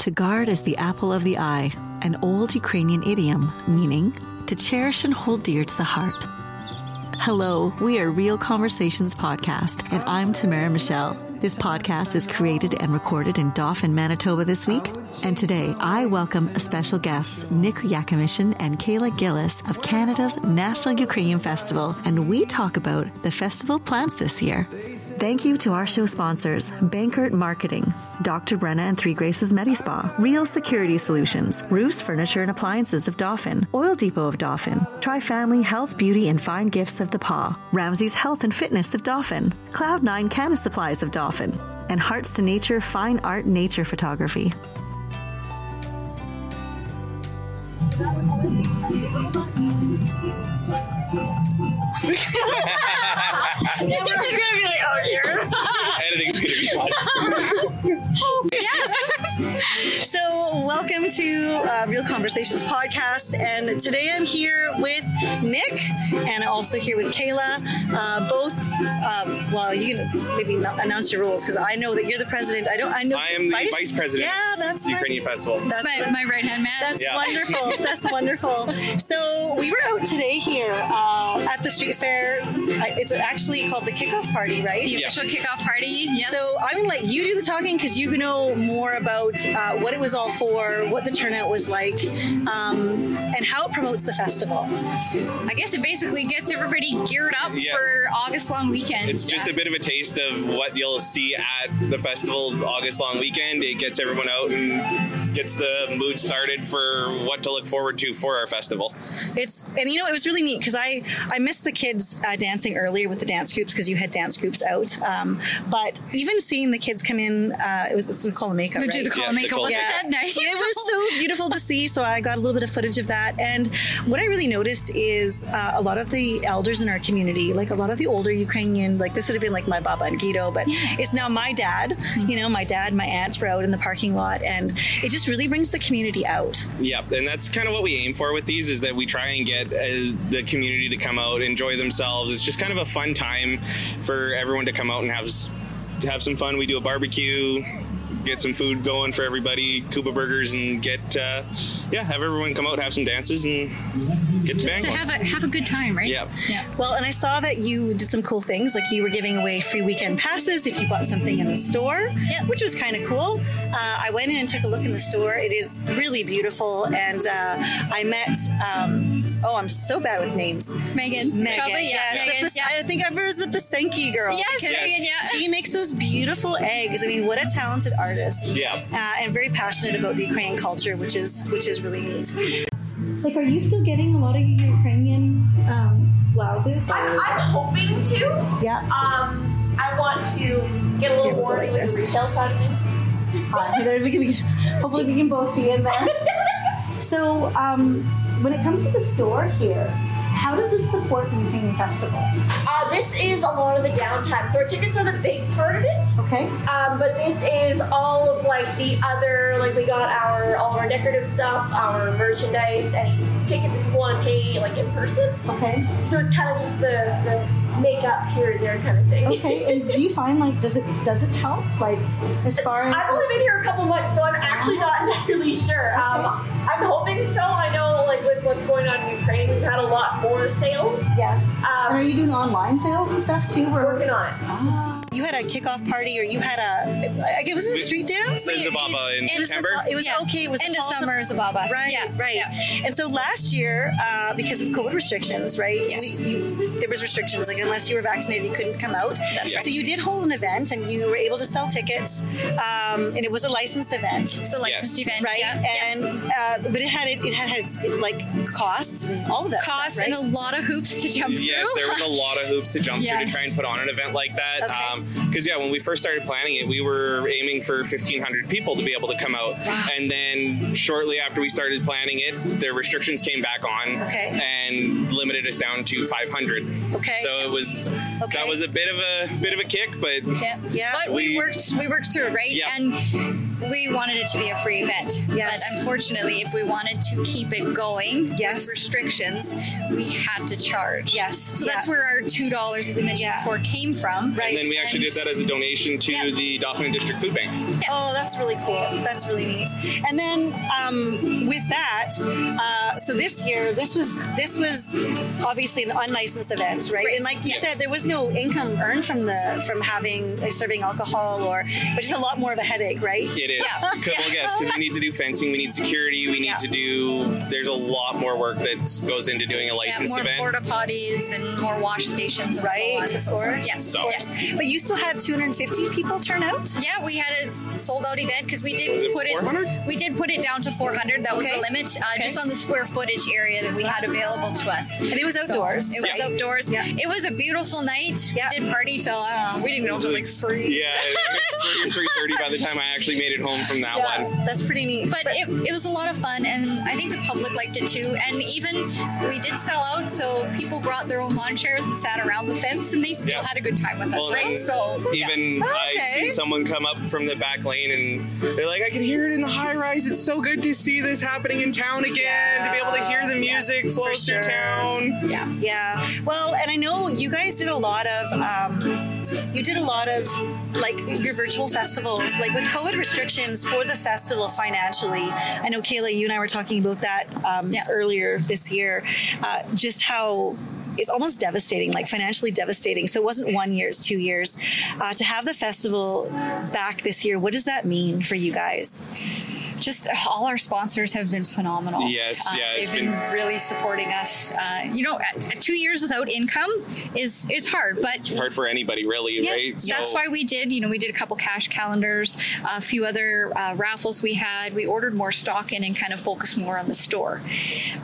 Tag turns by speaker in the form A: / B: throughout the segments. A: To guard is the apple of the eye, an old Ukrainian idiom meaning to cherish and hold dear to the heart. Hello, we are Real Conversations Podcast, and I'm Tamara Michelle. This podcast is created and recorded in Dauphin, Manitoba this week. And today I welcome a special guests, Nick Yakimishin and Kayla Gillis of Canada's National Ukrainian Festival, and we talk about the festival plans this year. Thank you to our show sponsors, Bankert Marketing, Dr. Brenna and Three Graces Medispa, Real Security Solutions, Roofs, Furniture and Appliances of Dauphin, Oil Depot of Dauphin, Tri Family Health, Beauty and Fine Gifts of the Paw, Ramsey's Health and Fitness of Dauphin, Cloud9 Canna Supplies of Dauphin, Dauphin, and Hearts to Nature Fine Art Nature Photography.
B: She's gonna be like, oh, here.
C: Editing's gonna be fun.
A: yeah. so, welcome to uh, Real Conversations podcast, and today I'm here with Nick, and I'm also here with Kayla. Uh, both, um, well, you can maybe announce your roles because I know that you're the president. I don't. I know.
C: I am the vice, vice president.
A: Yeah, that's
C: the Ukrainian
B: my,
C: festival.
B: That's my, what, my right hand man.
A: That's yeah. wonderful. that's wonderful. So we were out today here uh, at the street fair. It's actually called the kickoff party, right?
B: The official yeah. kickoff party. Yes.
A: So I'm gonna let you do the talking because you know more about uh, what it was all for, what the turnout was like, um, and how it promotes the festival.
B: I guess it basically gets everybody geared up yeah. for August long weekend.
C: It's just a bit of a taste of what you'll see at the festival August long weekend. It gets everyone out and gets the mood started for what to look forward to for our festival.
A: It's and you know it was really neat because I I missed the kids uh, dancing earlier with the dance groups because you had dance groups out, um, but even seeing the kids come in, uh, it was this is called makeup.
B: Did
A: right?
B: the call yeah, makeup wasn't yeah. that nice?
A: It was so beautiful to see. So I got a little bit of footage of that, and what I really noticed is uh, a lot of the elders in our community, like a lot of the older Ukrainian, like this would have been like my Baba and Guido, but it's now my dad. Mm-hmm. You know, my dad, my aunts were out in the parking lot, and it just really brings the community out.
C: Yeah, and that's kind of what we aim for with these is that we try and get uh, the community to come out, enjoy themselves. It's just kind of a fun time for everyone to come out and have have some fun. We do a barbecue, get some food going for everybody, Cuba burgers, and get uh, yeah, have everyone come out, have some dances, and get to
B: just to
C: on.
B: have a have a good time, right?
C: Yeah.
B: yeah.
A: Well, and I saw that you did some cool things, like you were giving away free weekend passes if you bought something in the store,
B: yep.
A: which was kind of cool. Uh, I went in and took a look in the store. It is really beautiful, and uh, I met. Um, Oh, I'm so bad with names.
B: Megan.
A: Megan. Probably,
B: yeah.
A: Yes, Megan, the, yeah. I think ever is the Pasenki girl.
B: Yes, Megan, yeah.
A: She makes those beautiful eggs. I mean, what a talented artist.
C: Yeah.
A: Uh, and very passionate about the Ukrainian culture, which is which is really neat. Like, are you still getting a lot of Ukrainian um, blouses?
D: I'm, I'm, hoping to.
A: Yeah.
D: Um, I want to get a little more like into the retail side of things. Uh,
A: we can, we can, hopefully, we can both be in there. so, um, when it comes to the store here, how does this support the Ukrainian festival?
D: Uh, this is a lot of the downtime. So our tickets are the big part of it.
A: Okay.
D: Um, but this is all of like the other, like we got our all our decorative stuff, our merchandise, any tickets if you want to pay like in person.
A: Okay.
D: So it's kind of just the, the makeup here and there kind of thing.
A: Okay, and do you find like does it does it help like as far as
D: I've only been here a couple months, so I'm actually not entirely sure. Okay. Um, I'm hoping so. I know like with what's going on in Ukraine, we've had a lot more sales.
A: Yes.
D: Um,
A: and are you doing online sales and stuff too?
D: We're working on it.
A: Ah. You had a kickoff party, or you had a. It was a street dance.
C: There's a baba in September.
A: It was yeah. okay. It was
B: end of summer is a baba.
A: Right. Yeah. Right. Yeah. And so last year, uh, because of COVID restrictions, right?
B: Yes.
A: We, you, there was restrictions like unless you were vaccinated, you couldn't come out.
B: That's right.
A: So you did hold an event, and you were able to sell tickets, um, and it was a licensed event.
B: So licensed yes. event,
A: right?
B: Yeah.
A: And yeah. Uh, but it had it, it had its like costs and all of that.
B: Costs
A: stuff, right?
B: and a lot of hoops to jump
C: yes,
B: through.
C: there was a lot of hoops to jump yes. through to try and put on an event like that.
A: Okay.
C: Um, because yeah, when we first started planning it, we were aiming for 1,500 people to be able to come out,
B: wow.
C: and then shortly after we started planning it, the restrictions came back on
A: okay.
C: and limited us down to 500.
A: Okay.
C: So it was okay. that was a bit of a bit of a kick, but
B: yeah, yeah. But we, we worked we worked through it, right?
C: Yeah.
B: And we wanted it to be a free event.
A: Yes.
B: But unfortunately, if we wanted to keep it going
A: Yes.
B: with restrictions, we had to charge.
A: Yes.
B: So
A: Yeah.
B: that's where our $2, as I mentioned
A: Yeah.
B: before, came from.
A: Right.
C: And then we actually did that as a donation to
B: Yep.
C: the Dauphin District Food Bank.
A: Oh, that's really cool. That's really neat. And then um, with that, uh, so this year, this was this was obviously an unlicensed event, right?
B: Right.
A: And like you
C: Yes.
A: said, there was no income earned from the from having like serving alcohol or, but just a lot more of a headache, right?
C: It is.
B: Yeah.
C: Could- Well, yes, because we need to do fencing, we need security, we need
A: Yeah.
C: to do. There's a lot more work that goes into doing a
B: Yeah,
C: licensed
B: more
C: event.
B: porta potties and more wash stations and
A: Right,
B: so on and
A: of
B: so forth.
A: course,
B: Yes.
C: So-
B: Yes.
A: But you still had 250 people turn out.
B: Yeah, we had a s- sold out event because we did
C: Was it
B: put
C: 400?
B: it. We did put it down to 400. That was
A: Okay.
B: the limit, uh, just on the square footage area that we had available to us.
A: And it was
B: So,
A: outdoors,
B: it was
A: right?
B: outdoors.
A: Yeah.
B: It was a beautiful night.
A: Yeah.
B: We did party till I don't know. We didn't know till like three.
C: Yeah, three three thirty by the time I actually made it home from that one.
A: That's pretty neat.
B: But it, it was a lot of fun, and I think the public liked it too. And even we did sell out, so people brought their own lawn chairs and sat around the fence, and they still
C: Yeah.
B: had a good time with us,
C: Well,
B: right?
C: and
B: So
C: Even I
A: Okay.
C: seen someone come up from the back lane and they're like, I can hear it in the high rise. It's so good to see this happening in town again, to be able to hear the
A: Yeah,
C: music flow through
A: sure.
C: town.
B: yeah,
A: Yeah. Well, and I know you guys did a lot of, um, you did a lot of like your virtual festivals, like with COVID restrictions for the festival financially. I know Kayla, you and I were talking about that um,
B: Yeah.
A: earlier this year, uh, just how. It's almost devastating, like financially devastating. So it wasn't one year, it's two years. Uh, to have the festival back this year, what does that mean for you guys?
B: just all our sponsors have been phenomenal.
C: Yes,
B: Uh,
C: yeah, it's
B: they've been,
C: been
B: really supporting us. Uh, you know, at- at two years without income is is hard, but
C: Hard for anybody, really,
B: Yeah,
C: right?
B: That's why we did, you know, we did a couple cash calendars, a few other uh, raffles we had. We ordered more stock in and kind of focused more on the store.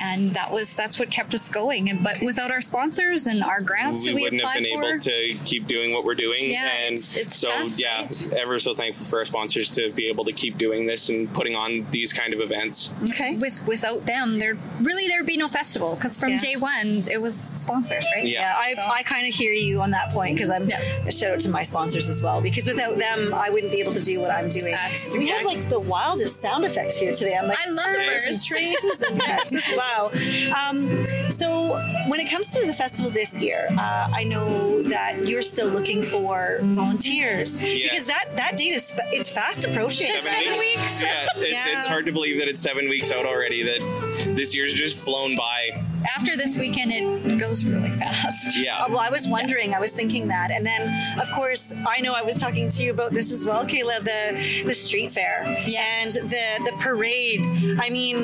B: And that was, that's what kept us going. And, but without our sponsors and our grants
C: we
B: that we
C: wouldn't have
B: applied
C: been
B: for,
C: able to keep doing what we're doing.
B: Yeah,
C: and
B: it's- it's
C: so,
B: tough,
C: yeah,
B: right?
C: ever so thankful for our sponsors to be able to keep doing this and putting on these kind of events.
A: Okay.
B: with without them, there really there'd be no festival because from
A: Yeah.
B: day one it was sponsors, right?
C: Yeah.
A: Yeah, I,
B: So-
A: I kind of hear you on that point because I'm
B: Yeah.
A: a shout out to my sponsors as well because without them I wouldn't be able to do what I'm doing.
B: That's
A: we have
B: exactly-
A: like the wildest sound effects here today. I'm like,
B: I love the
A: birds and
B: birds.
A: trees and cats. wow. Um, so when it comes to the festival this year, uh, I know that you're still looking for volunteers
C: Yes.
A: because that that date is it's fast approaching.
B: Just
C: Seven
B: seven
C: weeks.
B: weeks.
C: Yeah, it,
A: Yeah.
C: it's hard to believe that it's seven weeks out already. That this year's just flown by.
B: After this weekend, it goes really fast.
C: Yeah,
A: Uh, well, I was wondering. I was thinking that, and then, of course, I know I was talking to you about this as well, Kayla. The the street fair
B: Yes.
A: and the the parade. I mean,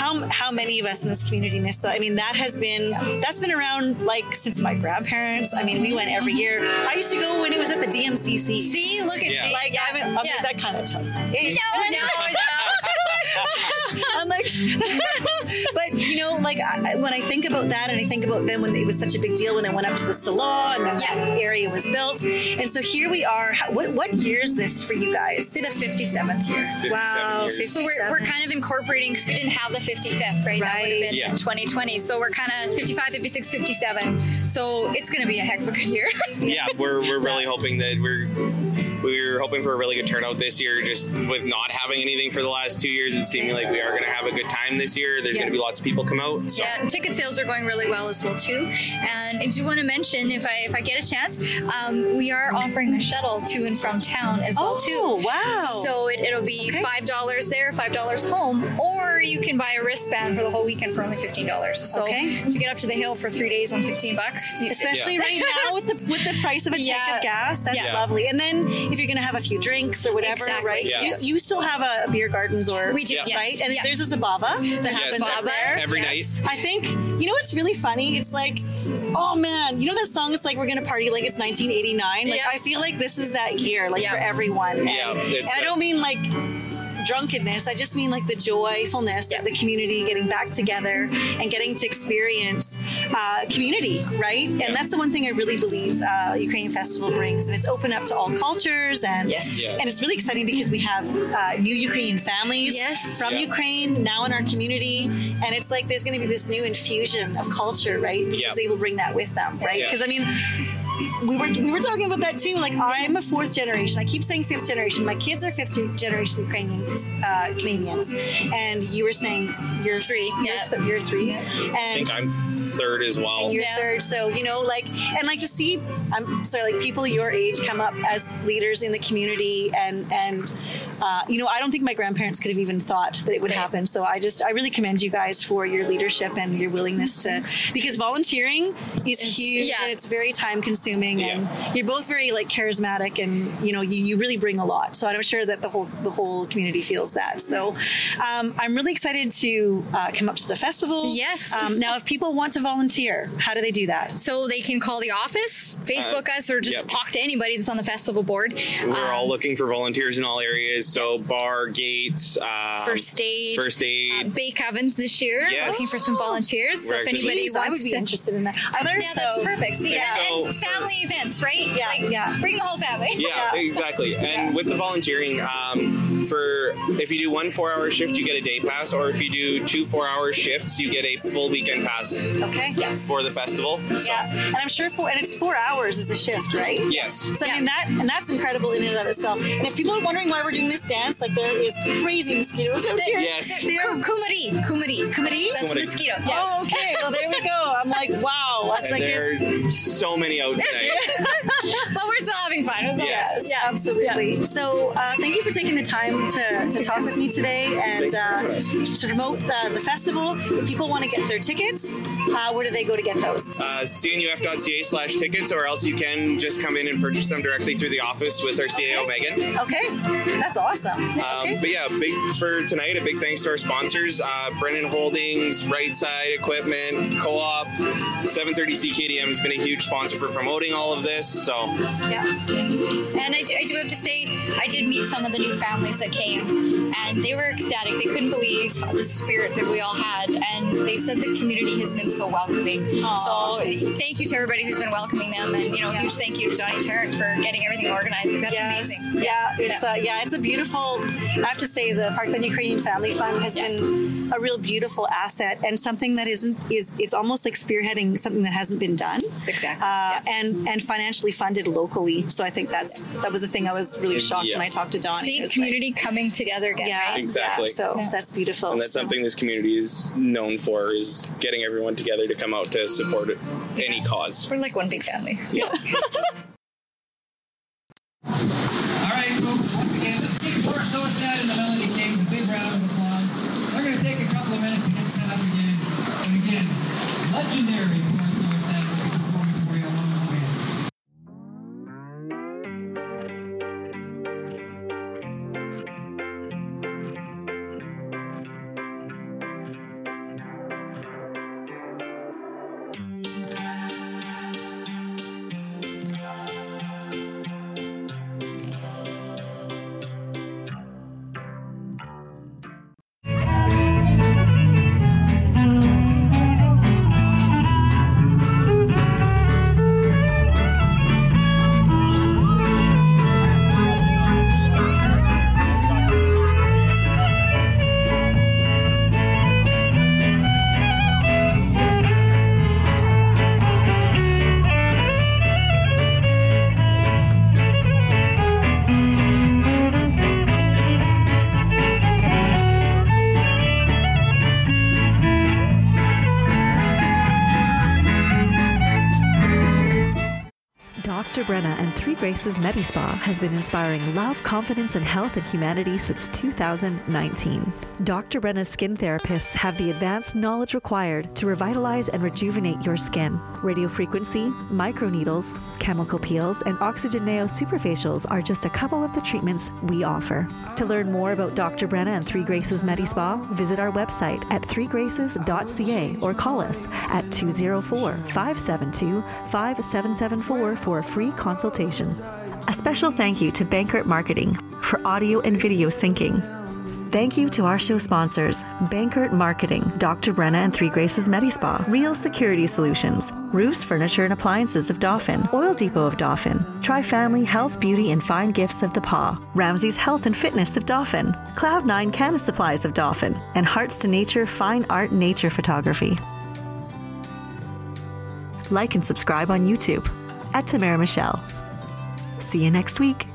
A: how how many of us in this community missed that? I mean, that has been that's been around like since my grandparents. I mean, we went every year. I used to go when it was at the DMCC.
B: See, look at
C: Yeah.
B: see,
A: Like,
B: yeah.
A: I mean, I mean
B: Yeah.
A: that kind of tells me. age.
B: No, no,
A: I'm like, but you know, like I, I- when I think about that, and I think about them when it was such a big deal when I went up to the salon and then that area was built, and so here we are. How- What what year is this for you guys?
B: It'll be the 57th year.
C: 57
A: wow,
C: years.
A: fifty-
B: So we're, we're
A: 57.
B: kind of incorporating because we didn't have the 55th, right? That would have
A: Right.
B: been
C: Yeah.
B: 2020. So we're kind of 55, 56, 57. So it's going to be a heck of a good year.
C: yeah, we're we're really hoping that we're we're hoping for a really good turnout this year. Just with not having anything for the last two years, it's seeming like we are going to have a good time this year. There's
B: Yeah.
C: going to be lots of people come out. So.
B: Yeah, ticket sales are going really well as well too. And I do want to mention, if I if I get a chance, um, we are offering a shuttle to and from town as well
A: Oh,
B: too.
A: wow.
B: So it, it'll be
A: Okay.
B: five dollars there, five dollars home, or you can buy a wristband for the whole weekend for only fifteen dollars. So
A: Okay.
B: to get up to the hill for three days on fifteen bucks, you-
A: Especially right now with the with the price of a tank
B: Yeah.
A: of gas, that's
C: Yeah.
A: lovely. And then if you're gonna have a few drinks or whatever,
B: Exactly.
A: right?
C: Yeah.
A: You, you still have a, beer gardens or
B: we do,
C: Yeah.
B: yes.
A: right? And
B: yeah.
A: there's a Zabava that happens
B: Zabava.
A: out there.
C: Every
B: Yes.
A: I think you know what's really funny. It's like, oh man, you know that song is like we're gonna party like it's 1989. Like
B: Yeah.
A: I feel like this is that year, like
B: Yeah.
A: for everyone. And,
C: Yeah,
A: and
C: it's
A: I
C: a-
A: don't mean like drunkenness. I just mean like the joyfulness
B: Yeah.
A: of the community getting back together and getting to experience uh, community, right? And that's the one thing I really believe uh, Ukrainian Festival brings, and it's open up to all cultures and
B: Yes.
C: Yes.
A: and it's really exciting because we have uh, new Ukrainian families
B: Yes.
A: from
C: Yeah.
A: Ukraine now in our community, and it's like there's going to be this new infusion of culture, right? Because
C: Yeah.
A: they will bring that with them, right?
C: Yeah.
A: Because I mean, we were we were talking about that too. Like I'm a fourth generation. I keep saying fifth generation. My kids are fifth gen- generation Ukrainians, uh, Canadians, and you were saying you're
B: Three,
A: You're,
B: yeah.
A: th- you're three,
B: Yeah.
C: I
A: and
C: think I'm third as well.
A: and you're
B: Yeah.
A: third. So you know, like, and like to see, I'm sorry, like people your age come up as leaders in the community, and and uh, you know, I don't think my grandparents could have even thought that it would happen. So I just, I really commend you guys for your leadership and your willingness to, because volunteering is huge
B: yeah.
A: and it's very time consuming, and you're both very like charismatic, and you know, you, you really bring a lot. So I'm sure that the whole the whole community feels that. So um, I'm really excited to uh, come up to the festival.
B: Yes.
A: Um, now, if people want to volunteer, how do they do that?
B: So they can call the office, Facebook us, or just
C: Uh, yep.
B: talk to anybody that's on the festival board.
C: We're
B: Um,
C: all looking for volunteers in all areas. So bar, gates, um,
B: First aid,
C: first aid.
B: uh,
A: Um,
B: bake ovens this year.
C: Yes.
B: Looking for some volunteers.
C: We're
B: so if
C: actually-
B: anybody
A: Jeez,
B: wants
A: I would be
B: to.
A: interested in that. I learned
B: Yeah, that's
A: so-
B: perfect. See,
C: Yeah.
B: that? and
C: So-
B: family events, right?
A: Yeah,
B: like,
A: yeah.
B: Bring the whole family.
C: yeah,
A: Yeah.
C: exactly. And with the volunteering, um, for if you do one four-hour shift, you get a day pass, or if you do two four-hour shifts, you get a full weekend pass
A: Okay. Yeah.
C: for the festival. So,
A: Yeah. And I'm sure four and it's four hours is the shift, right?
C: Yes.
A: So I
B: Yeah.
A: mean that and that's incredible in and of itself. And if people are wondering why we're doing this dance, like there is crazy mosquitoes out here.
C: Yes.
A: They're-
B: Ku- Kumari. Kumari.
A: Kumari?
B: That's a
C: Kumari.
B: mosquito. Yes.
A: Oh, okay. Well, there we go. I'm like, wow. That's
C: And
A: like this-
C: there are so many out today.
B: But we're still having fun. It's all
C: Yes.
B: right.
A: absolutely. So, uh, thank you for taking the time to, to talk with me today and
C: Thanks for having
A: uh,
C: us.
A: to promote the, the festival. If people want to get their tickets, uh, where do they go to get those?
C: Uh, CNUF.ca slash tickets, or else you can just come in and purchase them directly through the office with our CAO, Megan.
A: Okay, that's awesome.
C: Um,
A: okay.
C: But yeah, big for tonight. A big thanks to our sponsors: uh, Brennan Holdings, Right Side Equipment, Co-op, 730 CKDM has been a huge sponsor for promoting all of this. So
A: Yeah.
B: And I do, I do have to say, I did meet some of the new families that came, and they were ecstatic. They couldn't believe the spirit that we all had, and they said the community has been so welcoming.
A: Aw.
B: So thank you to everybody who's been welcoming them, and you know,
A: Yeah.
B: huge thank you to Johnny Tarrant for getting everything organized. Like, that's
A: Yes.
B: amazing.
A: Yeah, it's yeah. Uh, yeah, it's a beautiful. I have to say, the Parkland Ukrainian Family Fund has
B: Yeah.
A: been a real beautiful asset and something that isn't is it's almost like spearheading something that hasn't been done.
B: Exactly.
A: uh, and and financially funded locally. So I think that's that was the thing I was really shocked
C: Yeah.
A: when I talked to Don.
B: See,
A: It was
B: community coming together
A: like-
B: again.
A: yeah,
B: Right?
C: Exactly.
A: yeah, so
B: Yeah.
A: that's beautiful.
C: and that's
A: So-
C: something this community is known for: is getting everyone together to come out to support any cause.
B: We're like one big family.
E: All right, folks, once again, let's take Fort Somerset and the Melody Kings a big round of applause. We're going to take a couple of minutes to get set up again. And again, legendary Fort Somerset will be performing for you along the way.
F: Dr. Brenna and Three Graces Medi Spa has been inspiring love, confidence, and health in humanity since 2019. Dr. Brenna's skin therapists have the advanced knowledge required to revitalize and rejuvenate your skin. Radiofrequency, microneedles, chemical peels, and Oxygeneo superfacials are just a couple of the treatments we offer. To learn more about Dr. Brenna and Three Graces Medi Spa, visit our website at threegraces.ca or call us at 204 572 5774 for a free consultation.
G: A special thank you to Bankert Marketing for audio and video syncing. Thank you to our show sponsors, Bankert Marketing, Dr. Brenna and Three Graces Medispa, Real Security Solutions, Roofs, Furniture and Appliances of Dauphin, Oil Depot of Dauphin, Tri Family Health, Beauty and Fine Gifts of the Paw, Ramsey's Health and Fitness of Dauphin, Cloud9 Canna Supplies of Dauphin, and Hearts to Nature Fine Art Nature Photography. Like and subscribe on YouTube.
F: at Tamara Michelle. See you next week.